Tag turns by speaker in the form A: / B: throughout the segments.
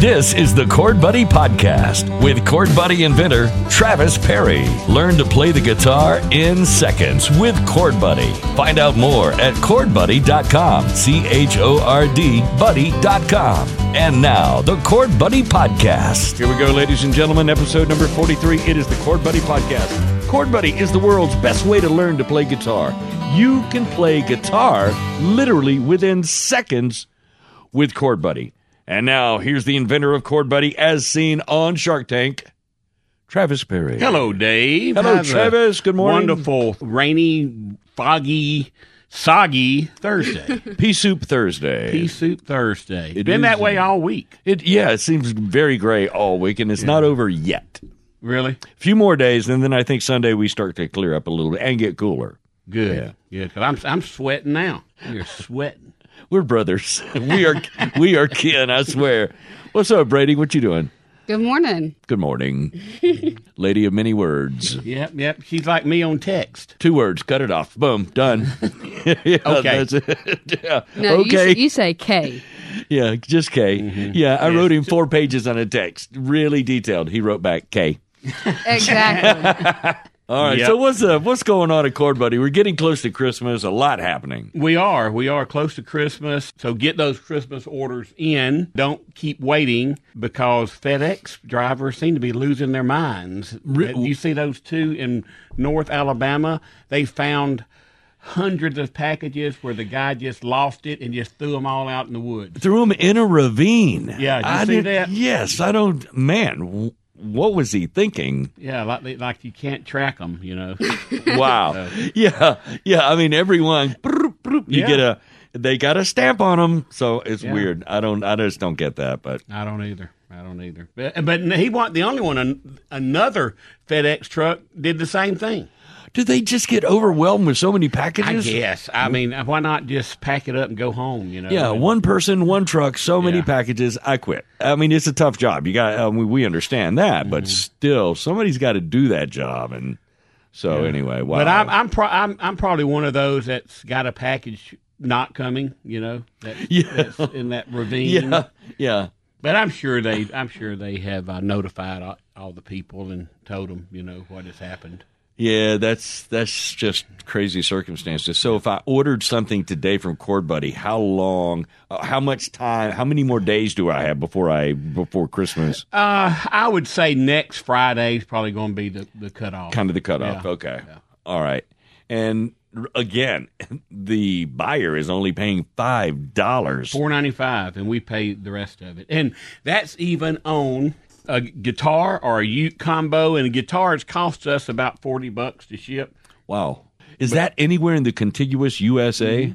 A: This is the Chord Buddy Podcast with Chord Buddy inventor Travis Perry. Learn to play the guitar in seconds with Chord Buddy. Find out more at chordbuddy.com. C H O R D buddy.com. And now, the Chord Buddy Podcast.
B: Here we go, ladies and gentlemen, episode number 43. It is the Chord Buddy Podcast. Chord Buddy is the world's best way to learn to play guitar. You can play guitar literally within seconds with Chord Buddy. And now, here's the inventor of Chord Buddy as seen on Shark Tank, Travis Perry.
C: Hello, Dave.
B: Hello,
C: Have a
B: Travis. Good morning.
C: Wonderful, rainy, foggy, soggy Thursday.
B: Pea Soup Thursday.
C: Pea soup Thursday.
B: It is.
C: Been that way all week.
B: It, yeah, it seems very gray all week, and it's not over yet.
C: Really?
B: A few more days, and then I think Sunday we start to clear up a little bit and get cooler.
C: Good. Yeah. Good. 'Cause I'm I'm sweating now. You're sweating.
B: We're brothers. We are we are kin, I swear. What's up, Brady? What you doing?
D: Good morning.
B: Good morning. Lady of many words.
C: Yep. Yep. She's like me on text.
B: Two words, cut it off. Boom, done. Yeah, That's it. yeah.
D: No,
B: okay.
D: you, you say K.
B: yeah, just K.
C: Mm-hmm.
B: Yeah, I wrote him four pages on a text, really detailed. He wrote back K.
D: Exactly.
B: All right.
C: Yep.
B: So what's up? What's going on at Cord Buddy? We're getting close to Christmas. A lot happening.
C: We are. We are close to Christmas. So get those Christmas orders in. Don't keep waiting because FedEx drivers seem to be losing their minds. you see those two in North Alabama? They found hundreds of packages where the guy just lost it and just threw them all out in the woods.
B: Threw him in a ravine.
C: Yeah, did you
B: I
C: see
B: didn't-
C: that?
B: Yes. I don't. Man, w- what was he thinking?
C: Yeah, like they, like you can't track them, you know. Uh,
B: Wow. Yeah. Yeah. I mean, everyone, broop, broop, you
C: Yeah.
B: get a, they got a stamp on them. So it's
C: Yeah.
B: weird. I don't, I just don't get that. But
C: I don't either. I don't either. But, but he want the only one. An, another FedEx truck did the same thing.
B: do they just get overwhelmed with so many packages?
C: I guess. I mean, why not just pack it up and go home? You know.
B: Yeah. One person, one truck, so many
C: Yeah.
B: packages. I quit. I mean, it's a tough job. You got, I mean, we understand that,
C: Mm-hmm.
B: but still, somebody's got to do that job. And so anyway, wow.
C: But I'm I'm, pro- I'm I'm probably one of those that's got a package not coming. You know. That,
B: Yeah.
C: That's in that ravine.
B: yeah. Yeah.
C: But I'm sure they I'm sure they have uh, notified all, all the people and told them you know what has happened.
B: Yeah, that's that's just crazy circumstances. So if I ordered something today from Cord Buddy, how long, uh, how much time, how many more days do I have before I before Christmas?
C: Uh, I would say next Friday is probably going to be the the cutoff.
B: Kind of the cutoff.
C: Yeah.
B: Okay, all right. And r- again, the buyer is only paying five dollars.
C: Four ninety five, and we pay the rest of it, and that's even on a guitar or a Ute combo. And guitars cost us about forty bucks to ship.
B: Wow, is that anywhere in the contiguous USA?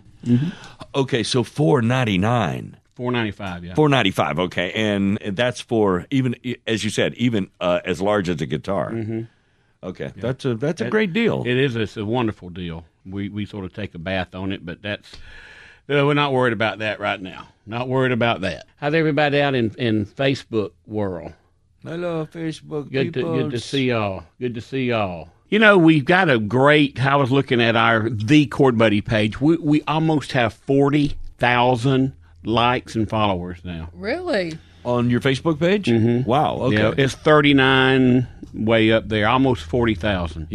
B: Okay, so four ninety nine.
C: Four ninety five, yeah.
B: Four ninety five, okay, and that's for even as you said, even uh, as large as a guitar. Okay, that's a that's a great deal.
C: It is it's a wonderful deal. We we sort of take a bath on it, but that's uh, we're not worried about that right now. Not worried about that. How's everybody out in in Facebook world?
B: Hello, Facebook
C: Good to, good to see y'all. Good to see y'all. You know, we've got a great. I was looking at our the Chord Buddy page. We we almost have forty thousand likes and followers now.
D: really?
B: on your Facebook page. Wow, okay,
C: Yeah,
B: yeah.
C: it's thirty nine, way up there, almost forty thousand.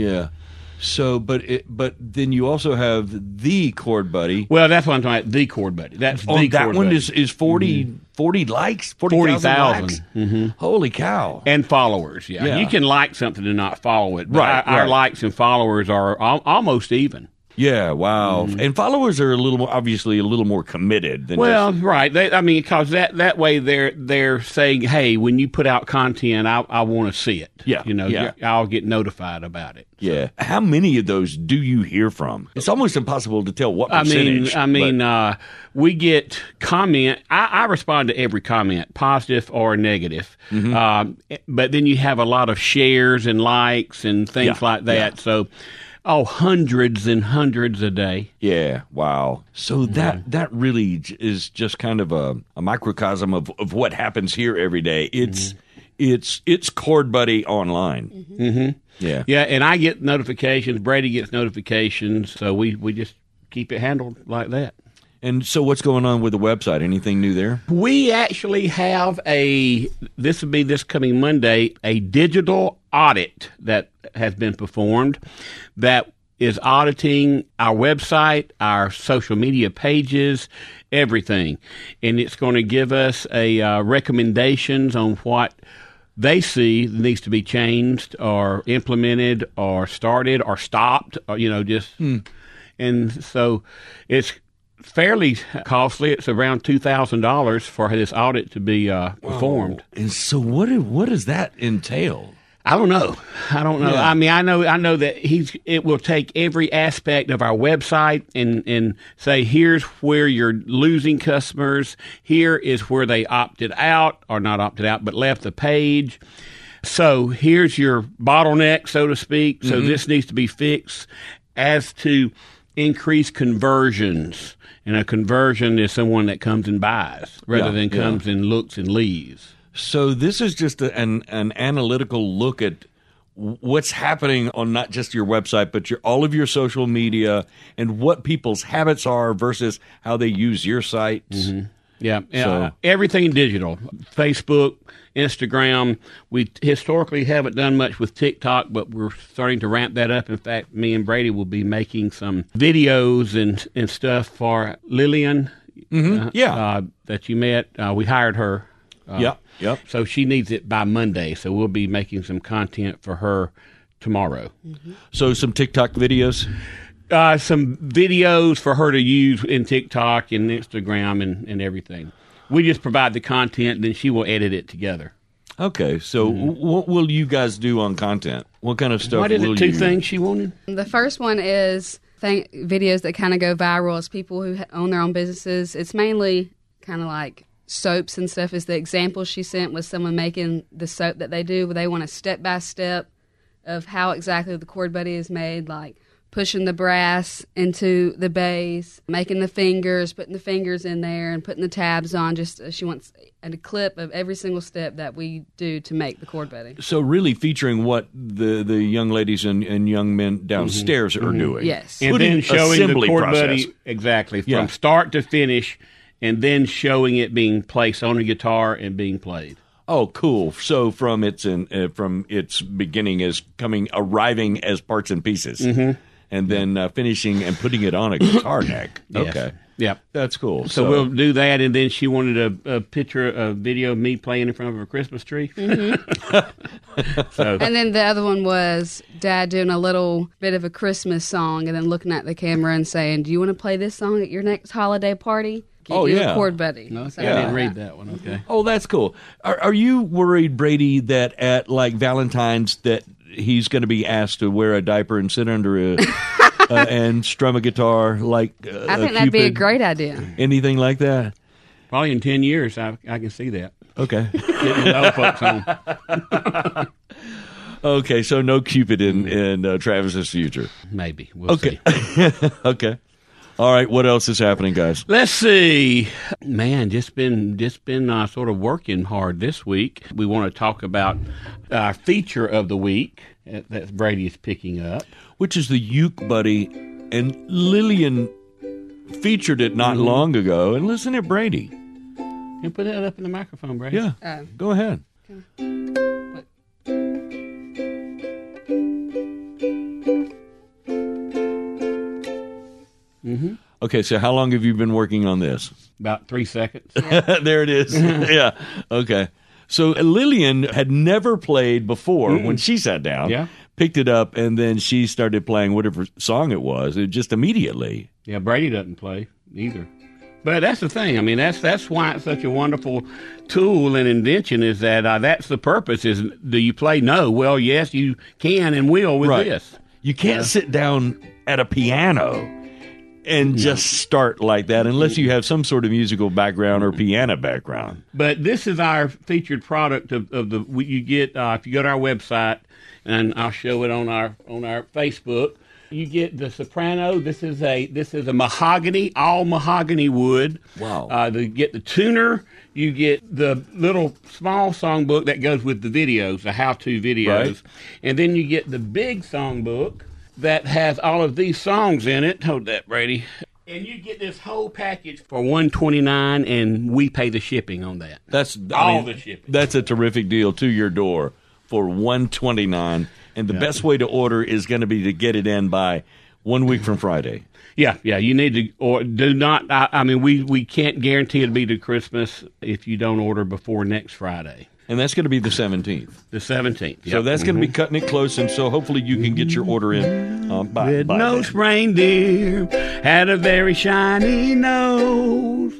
B: So, but it, but then you also have the chord buddy.
C: Well, that's what I'm talking about. The Chord Buddy. That's
B: Oh,
C: the
B: that
C: Chord
B: one
C: Buddy.
B: is is 40, 40 likes, forty
C: 40,000.
B: Holy cow!
C: and followers. Yeah.
B: Yeah.
C: you can like something and not follow it. But
B: Right,
C: our, our
B: right.
C: likes and followers are al- almost even.
B: yeah, wow.
C: Mm-hmm.
B: And followers are a little more obviously a little more committed than just-
C: Well, right. They, I mean, because that, that way they're they're saying, hey, when you put out content, I, I want to see it.
B: Yeah,
C: you know,
B: yeah.
C: I'll get notified about it.
B: Yeah. How many of those do you hear from? It's almost impossible to tell what
C: I mean,
B: percentage.
C: I mean, uh, we get comment. I, I respond to every comment, positive or negative.
B: Mm-hmm.
C: Um, but then you have a lot of shares and likes and things
B: Yeah,
C: like that. So, oh, hundreds and hundreds a day.
B: but- yeah, wow. So
C: Mm-hmm.
B: that that really j- is just kind of a, a microcosm of, of what happens here every day. It's
C: Mm-hmm.
B: it's it's Chord Buddy online. Mm-hmm. Yeah.
C: Yeah, and I get notifications. Brady gets notifications, so we we just keep it handled like that.
B: And so, what's going on with the website? Anything new there?
C: We actually have a this would be this coming Monday a digital audit that has been performed that is auditing our website, our social media pages, everything, and it's going to give us a uh, recommendations on what they see needs to be changed or implemented or started or stopped or you know just and so it's fairly costly. It's around two thousand dollars for this audit to be uh, performed.
B: And so, what do- what does that entail?
C: I don't know. I don't know. I mean, I know. I know that he's. It will take every aspect of our website and and say, here's where you're losing customers. Here is where they opted out or not opted out, but left the page. So here's your bottleneck, so to speak.
B: Mm-hmm.
C: So this needs to be fixed as to increase conversions. And a conversion is someone that comes and buys rather
B: Yeah,
C: than
B: yeah.
C: comes and looks and leaves.
B: So, this is just a, an an analytical look at w- what's happening on not just your website, but your all of your social media and what people's habits are versus how they use your site.
C: Mm-hmm. Yeah, yeah.
B: So-
C: uh, everything digital. Facebook, Instagram. We t- historically haven't done much with TikTok, but we're starting to ramp that up. In fact, me and Brady will be making some videos and and stuff for Lillian. uh,
B: Mm-hmm. yeah.
C: uh, that you met. Uh, we hired her. Uh,
B: Yep, yep.
C: So she needs it by Monday. So we'll be making some content for her tomorrow.
B: So, some TikTok videos.
C: Uh, some videos for her to use in TikTok and Instagram and, and everything. We just provide the content, then she will edit it together.
B: Okay, so
C: Mm-hmm.
B: w- what will you guys do on content? What kind of stuff
C: What is
B: will
C: it? Two
B: you?
C: things she wanted.
D: The first one is thing, videos that kind of go viral as people who ha- own their own businesses. It's mainly kind of like soaps and stuff. Is the example she sent was someone making the soap that they do, where they want a step by step of how exactly the cord buddy is made, like pushing the brass into the bays, making the fingers, putting the fingers in there, and putting the tabs on. Just uh, she wants a clip of every single step that we do to make the cord buddy.
B: So really featuring what the, the young ladies and, and young men downstairs are doing.
D: Yes.
C: Mm-hmm. And
B: Including
C: then showing the
B: assembly
C: cord
B: process.
C: buddy exactly from
B: Yeah.
C: start to finish, and then showing it being placed on a guitar and being played.
B: Oh, cool. So from its in, uh, from its beginning is coming arriving as parts and pieces,
C: Mm-hmm.
B: and then uh, finishing and putting it on a guitar neck. Okay,
C: Yep.
B: that's cool.
C: So, we'll do that, and then she wanted a, a picture, a video of me playing in front of a Christmas tree. so
D: And then the other one was dad doing a little bit of a Christmas song and then looking at the camera and saying, Do you want to play this song at your next holiday party? Get
B: Oh,
D: you
B: yeah.
D: a chord buddy. So-
C: I didn't read that one. Okay.
B: Oh, that's cool. Are, are you worried, Brady, that at like Valentine's that he's going to be asked to wear a diaper and sit under a uh, and strum a guitar like uh,
D: I think
B: a
D: that'd be a
B: Cupid,
D: great idea.
B: anything like that?
C: Probably in 10 years, I, I can see that.
B: Okay,
C: Getting the old folks on.
B: okay. So no Cupid in in uh, Travis's future.
C: Maybe. We'll
B: Okay.
C: see.
B: Okay. All right. What else is happening, guys?
C: Let's see. Man, just been just been uh, sort of working hard this week. We want to talk about uh, our feature of the week uh, that Brady is picking up.
B: Which is the Uke Buddy and Lillian featured it not long ago. And listen to Brady.
C: Can you put that up in the microphone, Brady?
B: Yeah.
D: Oh.
B: Go ahead. Okay, so how long have you been working on this?
C: About three seconds.
B: there it is. yeah. Okay. So uh, Lillian had never played before when she sat down.
C: Yeah.
B: Picked it up and then she started playing whatever song it was. It just immediately.
C: Yeah, Brady doesn't play either. But that's the thing. I mean, that's that's why it's such a wonderful tool and invention is that uh, that's the purpose. Is do you play? No. Well, yes, you can and will with this.
B: You can't sit down at a piano and just start like that unless you have some sort of musical background
C: Mm-hmm.
B: or piano background.
C: But this is our featured product of, of the what you get uh, if you go to our website, and I'll show it on our on our Facebook. You get the soprano. This is a this is a mahogany, all mahogany wood.
B: Wow.
C: Uh, you get the tuner. You get the little small songbook that goes with the videos, the how-to videos,
B: Right.
C: and then you get the big songbook that has all of these songs in it. Hold that, Brady. And you get this whole package for one twenty nine, and we pay the shipping on that.
B: That's I
C: All
B: mean,
C: the shipping.
B: That's a terrific deal to your door for one twenty nine. And the best way to order is going to be to get it in by one week from Friday.
C: Yeah, yeah. You need to or do not. I, I mean, we we can't guarantee it'll be to Christmas if you don't order before next Friday,
B: And that's going to be the 17th.
C: the seventeenth.
B: So that's going to be cutting it close. And so hopefully you can get your order in um, by,
C: Mm-hmm. Red
B: by then.
C: nosed reindeer had a very shiny nose.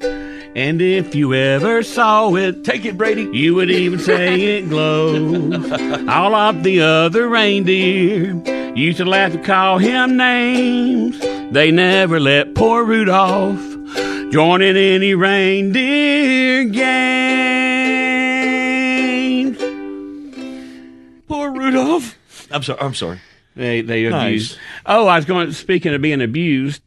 C: And if you ever saw it,
B: Take it, Brady.
C: you would even say it glows. All of the other reindeer used to laugh and call him names. They never let poor Rudolph join in any reindeer games.
B: Poor Rudolph. I'm sorry. I'm sorry.
C: They they
B: Nice.
C: abused. Oh, I was going. Speaking of being abused,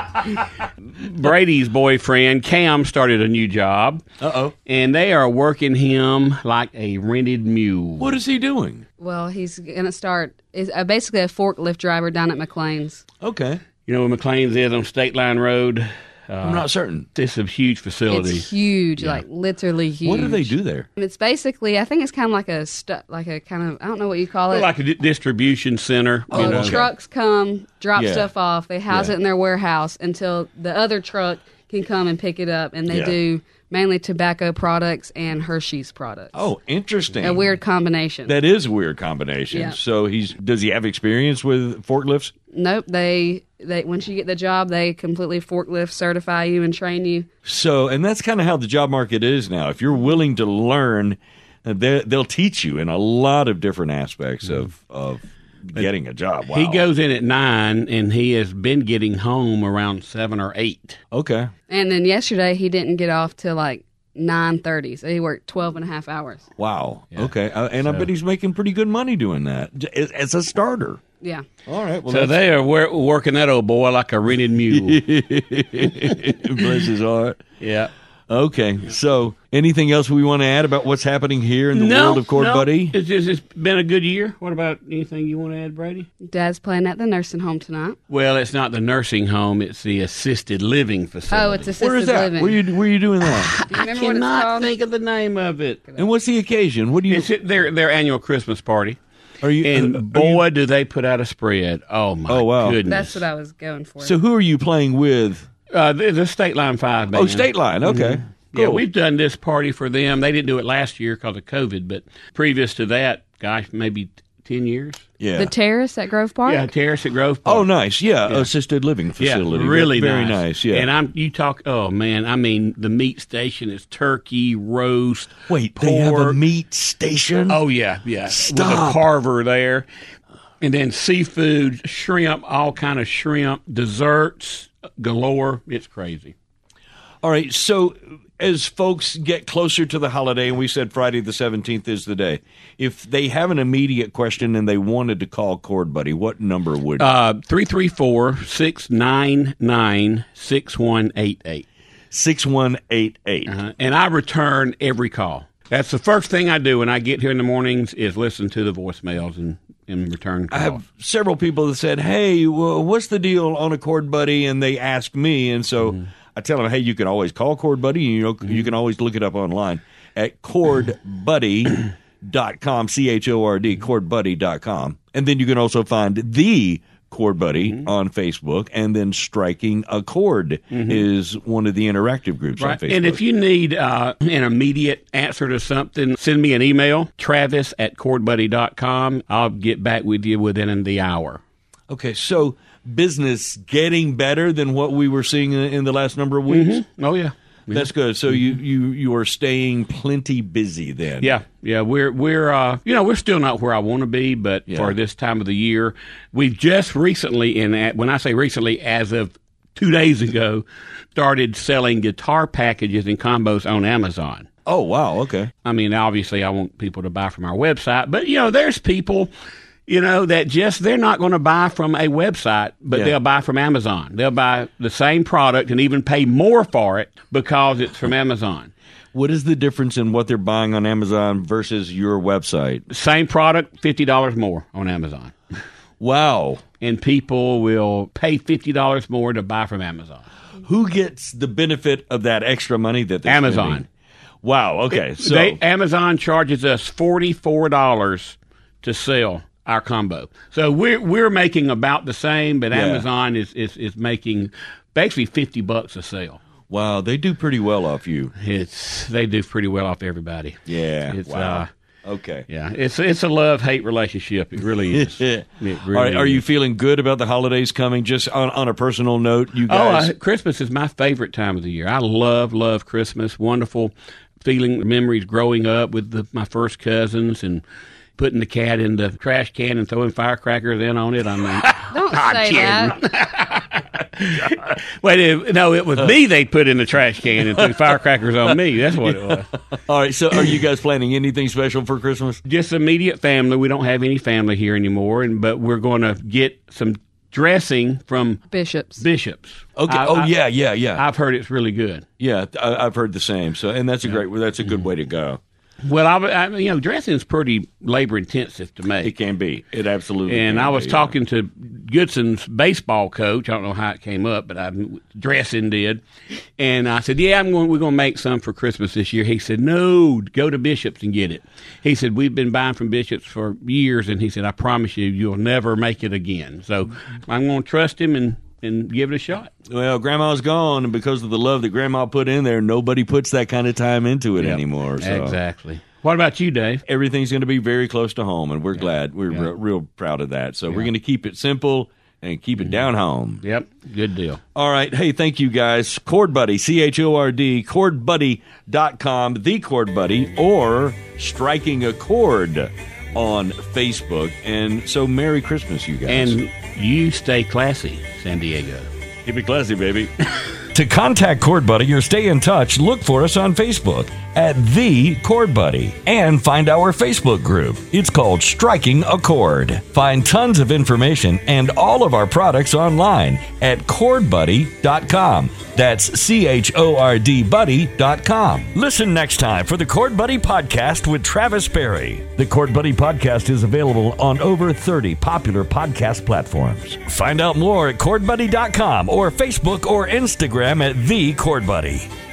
C: Brady's boyfriend Cam started a new job,
B: Uh oh.
C: and they are working him like a rented mule.
B: What is he doing?
D: Well, he's gonna start is uh, basically a forklift driver down at McLean's.
B: Okay.
C: You know where McLean's is on State Line Road. Uh,
B: I'm not certain.
C: This is a huge facility.
D: It's huge, like literally huge.
B: What do they do there?
D: It's basically, I think it's kind of like a stu- like a kind of I don't know what you call it.
C: like a di- distribution center. you
D: Well,
C: know.
D: trucks come, drop
B: Yeah.
D: stuff off. They house
B: Yeah.
D: it in their warehouse until the other truck can come and pick it up. And they
B: Yeah.
D: do mainly tobacco products and Hershey's products.
B: Oh, interesting.
D: a weird combination.
B: That is a weird combination.
D: Yeah.
B: So he's does he have experience with forklifts?
D: nope. They they once you get the job, they completely forklift certify you and train you.
B: So, and that's kind of how the job market is now. If you're willing to learn, uh, they- they'll teach you in a lot of different aspects of of getting a job. Wow.
C: He goes in at nine, and he has been getting home around seven or eight.
B: okay.
D: And then yesterday he didn't get off till like nine thirty. So he worked 12 and a half hours.
B: Wow. Okay. Uh, and I bet he's making pretty good money doing that j- as, as a starter.
D: Yeah.
B: All right. Well,
C: So
B: that's,
C: they are wor- working that old boy like a rented mule.
B: bless his heart.
C: yeah.
B: Okay. So, anything else we want to add about what's happening here in the world of Cord
C: no.
B: Buddy?
C: It's, just, it's been a good year. What about anything you want to add, Brady?
D: Dad's playing at the nursing home tonight.
C: Well, it's not the nursing home; it's the assisted living facility.
D: Oh, it's assisted
B: Where is that?
D: living.
B: Where you where you doing that?
D: Do
C: I
D: you remember what it's
C: cannot
D: called?
C: think of the name of it.
B: and what's the occasion? What do you?
C: It's at their their annual Christmas party,
B: are you?
C: and
B: uh, are you-
C: boy, do they put out a spread! Oh my!
B: Oh, wow.
C: Goodness!
D: That's what I was going for.
B: so who are you playing with?
C: uh, the, the State Line Five band.
B: Oh, State Line. Okay.
C: Yeah,
B: Cool.
C: we've done this party for them. They didn't do it last year because of COVID, but previous to that, gosh, maybe t- ten years.
B: yeah.
D: the terrace at Grove Park.
C: Yeah, Terrace at Grove Park.
B: oh, nice. Yeah, assisted living facility.
C: Yeah, really
B: very
C: nice.
B: Yeah.
C: And I'm you talk oh man, I mean the meat station is turkey, roast,
B: Wait,
C: pork.
B: they have a meat station.
C: Oh yeah, yeah. With
B: Stop.
C: a carver there. And then seafood, shrimp, all kind of shrimp, desserts galore. It's crazy.
B: All right. So as folks get closer to the holiday, and we said Friday the seventeenth is the day. If they have an immediate question and they wanted to call Cord Buddy, what number would?
C: Uh 334-699-6188.
B: Six one eight eight.
C: Uh, and I return every call. That's the first thing I do when I get here in the mornings is listen to the voicemails and, and return
B: I
C: calls.
B: have several people that said, "Hey, well, what's the deal on a Cord Buddy?" And they ask me, and so I tell them, "Hey, you can always call Cord Buddy. You know, you can always look it up online at cordbuddy.com, c h o r d, cordbuddy.com, and then you can also find the Cord Buddy on Facebook, and then Striking a Chord is one of the interactive groups on Facebook.
C: And if you need uh, an immediate answer to something, send me an email, travis at cordbuddy.com. I'll get back with you within the hour.
B: okay, so business getting better than what we were seeing in in the last number of weeks.
C: Oh, yeah.
B: That's good. So you you you are staying plenty busy then.
C: Mm-hmm. Yeah, yeah, we're we're uh, you know we're still not where I want to be, but for this time of the year, we've just recently, and at, when I say recently, as of two days ago, started selling guitar packages and combos on Amazon.
B: Oh wow. Okay.
C: I mean, obviously, I want people to buy from our website, but you know, there's people, you know, that just they're not going to buy from a website, but
B: Yeah.
C: they'll buy from Amazon. They'll buy the same product and even pay more for it because it's from Amazon.
B: What is the difference in what they're buying on Amazon versus your website?
C: Same product, fifty dollars more on Amazon.
B: Wow.
C: and people will pay fifty dollars more to buy from Amazon.
B: Who gets the benefit of that extra money that they're
C: Amazon.
B: spending? Wow. Okay. So
C: they, Amazon charges us forty four dollars to sell our combo. So we're we're making about the same, but Amazon is, is is making basically fifty bucks a sale.
B: wow, they do pretty well off you.
C: It's they do pretty well off everybody.
B: Yeah.
C: It's,
B: wow.
C: uh,
B: okay.
C: Yeah, it's it's a love hate relationship. It really is.
B: Yeah.
C: It really
B: All right, are
C: is.
B: you feeling good about the holidays coming? Just on, on a personal note, you
C: Oh,
B: guys.
C: I, Christmas is my favorite time of the year. I love, love Christmas. Wonderful feeling, memories growing up with the, my first cousins and putting the cat in the trash can and throwing firecrackers in on it. I mean,
D: Don't say that.
C: wait, it, no, it was me they put in the trash can and threw firecrackers on me. That's what it was.
B: all right, so are you guys planning anything special for Christmas?
C: Just immediate family. We don't have any family here anymore, and but we're going to get some dressing from
D: Bishops.
C: bishops.
B: Okay.
C: I-
B: oh
C: I-
B: yeah, yeah, yeah,
C: I've heard it's really good.
B: yeah. I, I've heard the same. So, and that's a great. That's a
C: Mm-hmm.
B: good way to go.
C: Well, I, I you know, dressing is pretty labor intensive to make.
B: It can be. It absolutely.
C: And
B: can
C: I was
B: be.
C: talking to Goodson's baseball coach. I don't know how it came up, but I dressing did. And I said, "Yeah, I'm going. We're going to make some for Christmas this year." He said, "No, go to Bishop's and get it." He said, "We've been buying from Bishop's for years," and he said, "I promise you, you'll never make it again." So I'm going to trust him and and give it a shot.
B: Well, grandma's gone, and because of the love that grandma put in there, nobody puts that kind of time into it
C: Yep.
B: anymore. So.
C: Exactly. What about you, Dave?
B: Everything's going to be very close to home, and we're glad. We're re- real proud of that. So we're going to keep it simple and keep
C: Mm-hmm.
B: it down home.
C: Yep, good deal.
B: All right. Hey, thank you guys. Chord Buddy, C H O R D, chordbuddy.com, The Chord Buddy, or Striking a Chord on Facebook. And so, Merry Christmas, you guys.
C: And you stay classy, San Diego.
B: keep it classy, baby.
A: To contact Chord Buddy or stay in touch, look for us on Facebook at The Chord Buddy and find our Facebook group. It's called Striking a Chord. Find tons of information and all of our products online at chordbuddy.com. That's C H O R D buddy.com. Listen next time for the Chord Buddy podcast with Travis Berry. The Chord Buddy podcast is available on over 30 popular podcast platforms. Find out more at chordbuddy.com or Facebook or Instagram at The Chord Buddy.